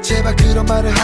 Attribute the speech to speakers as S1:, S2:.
S1: 제발 그런 말을 하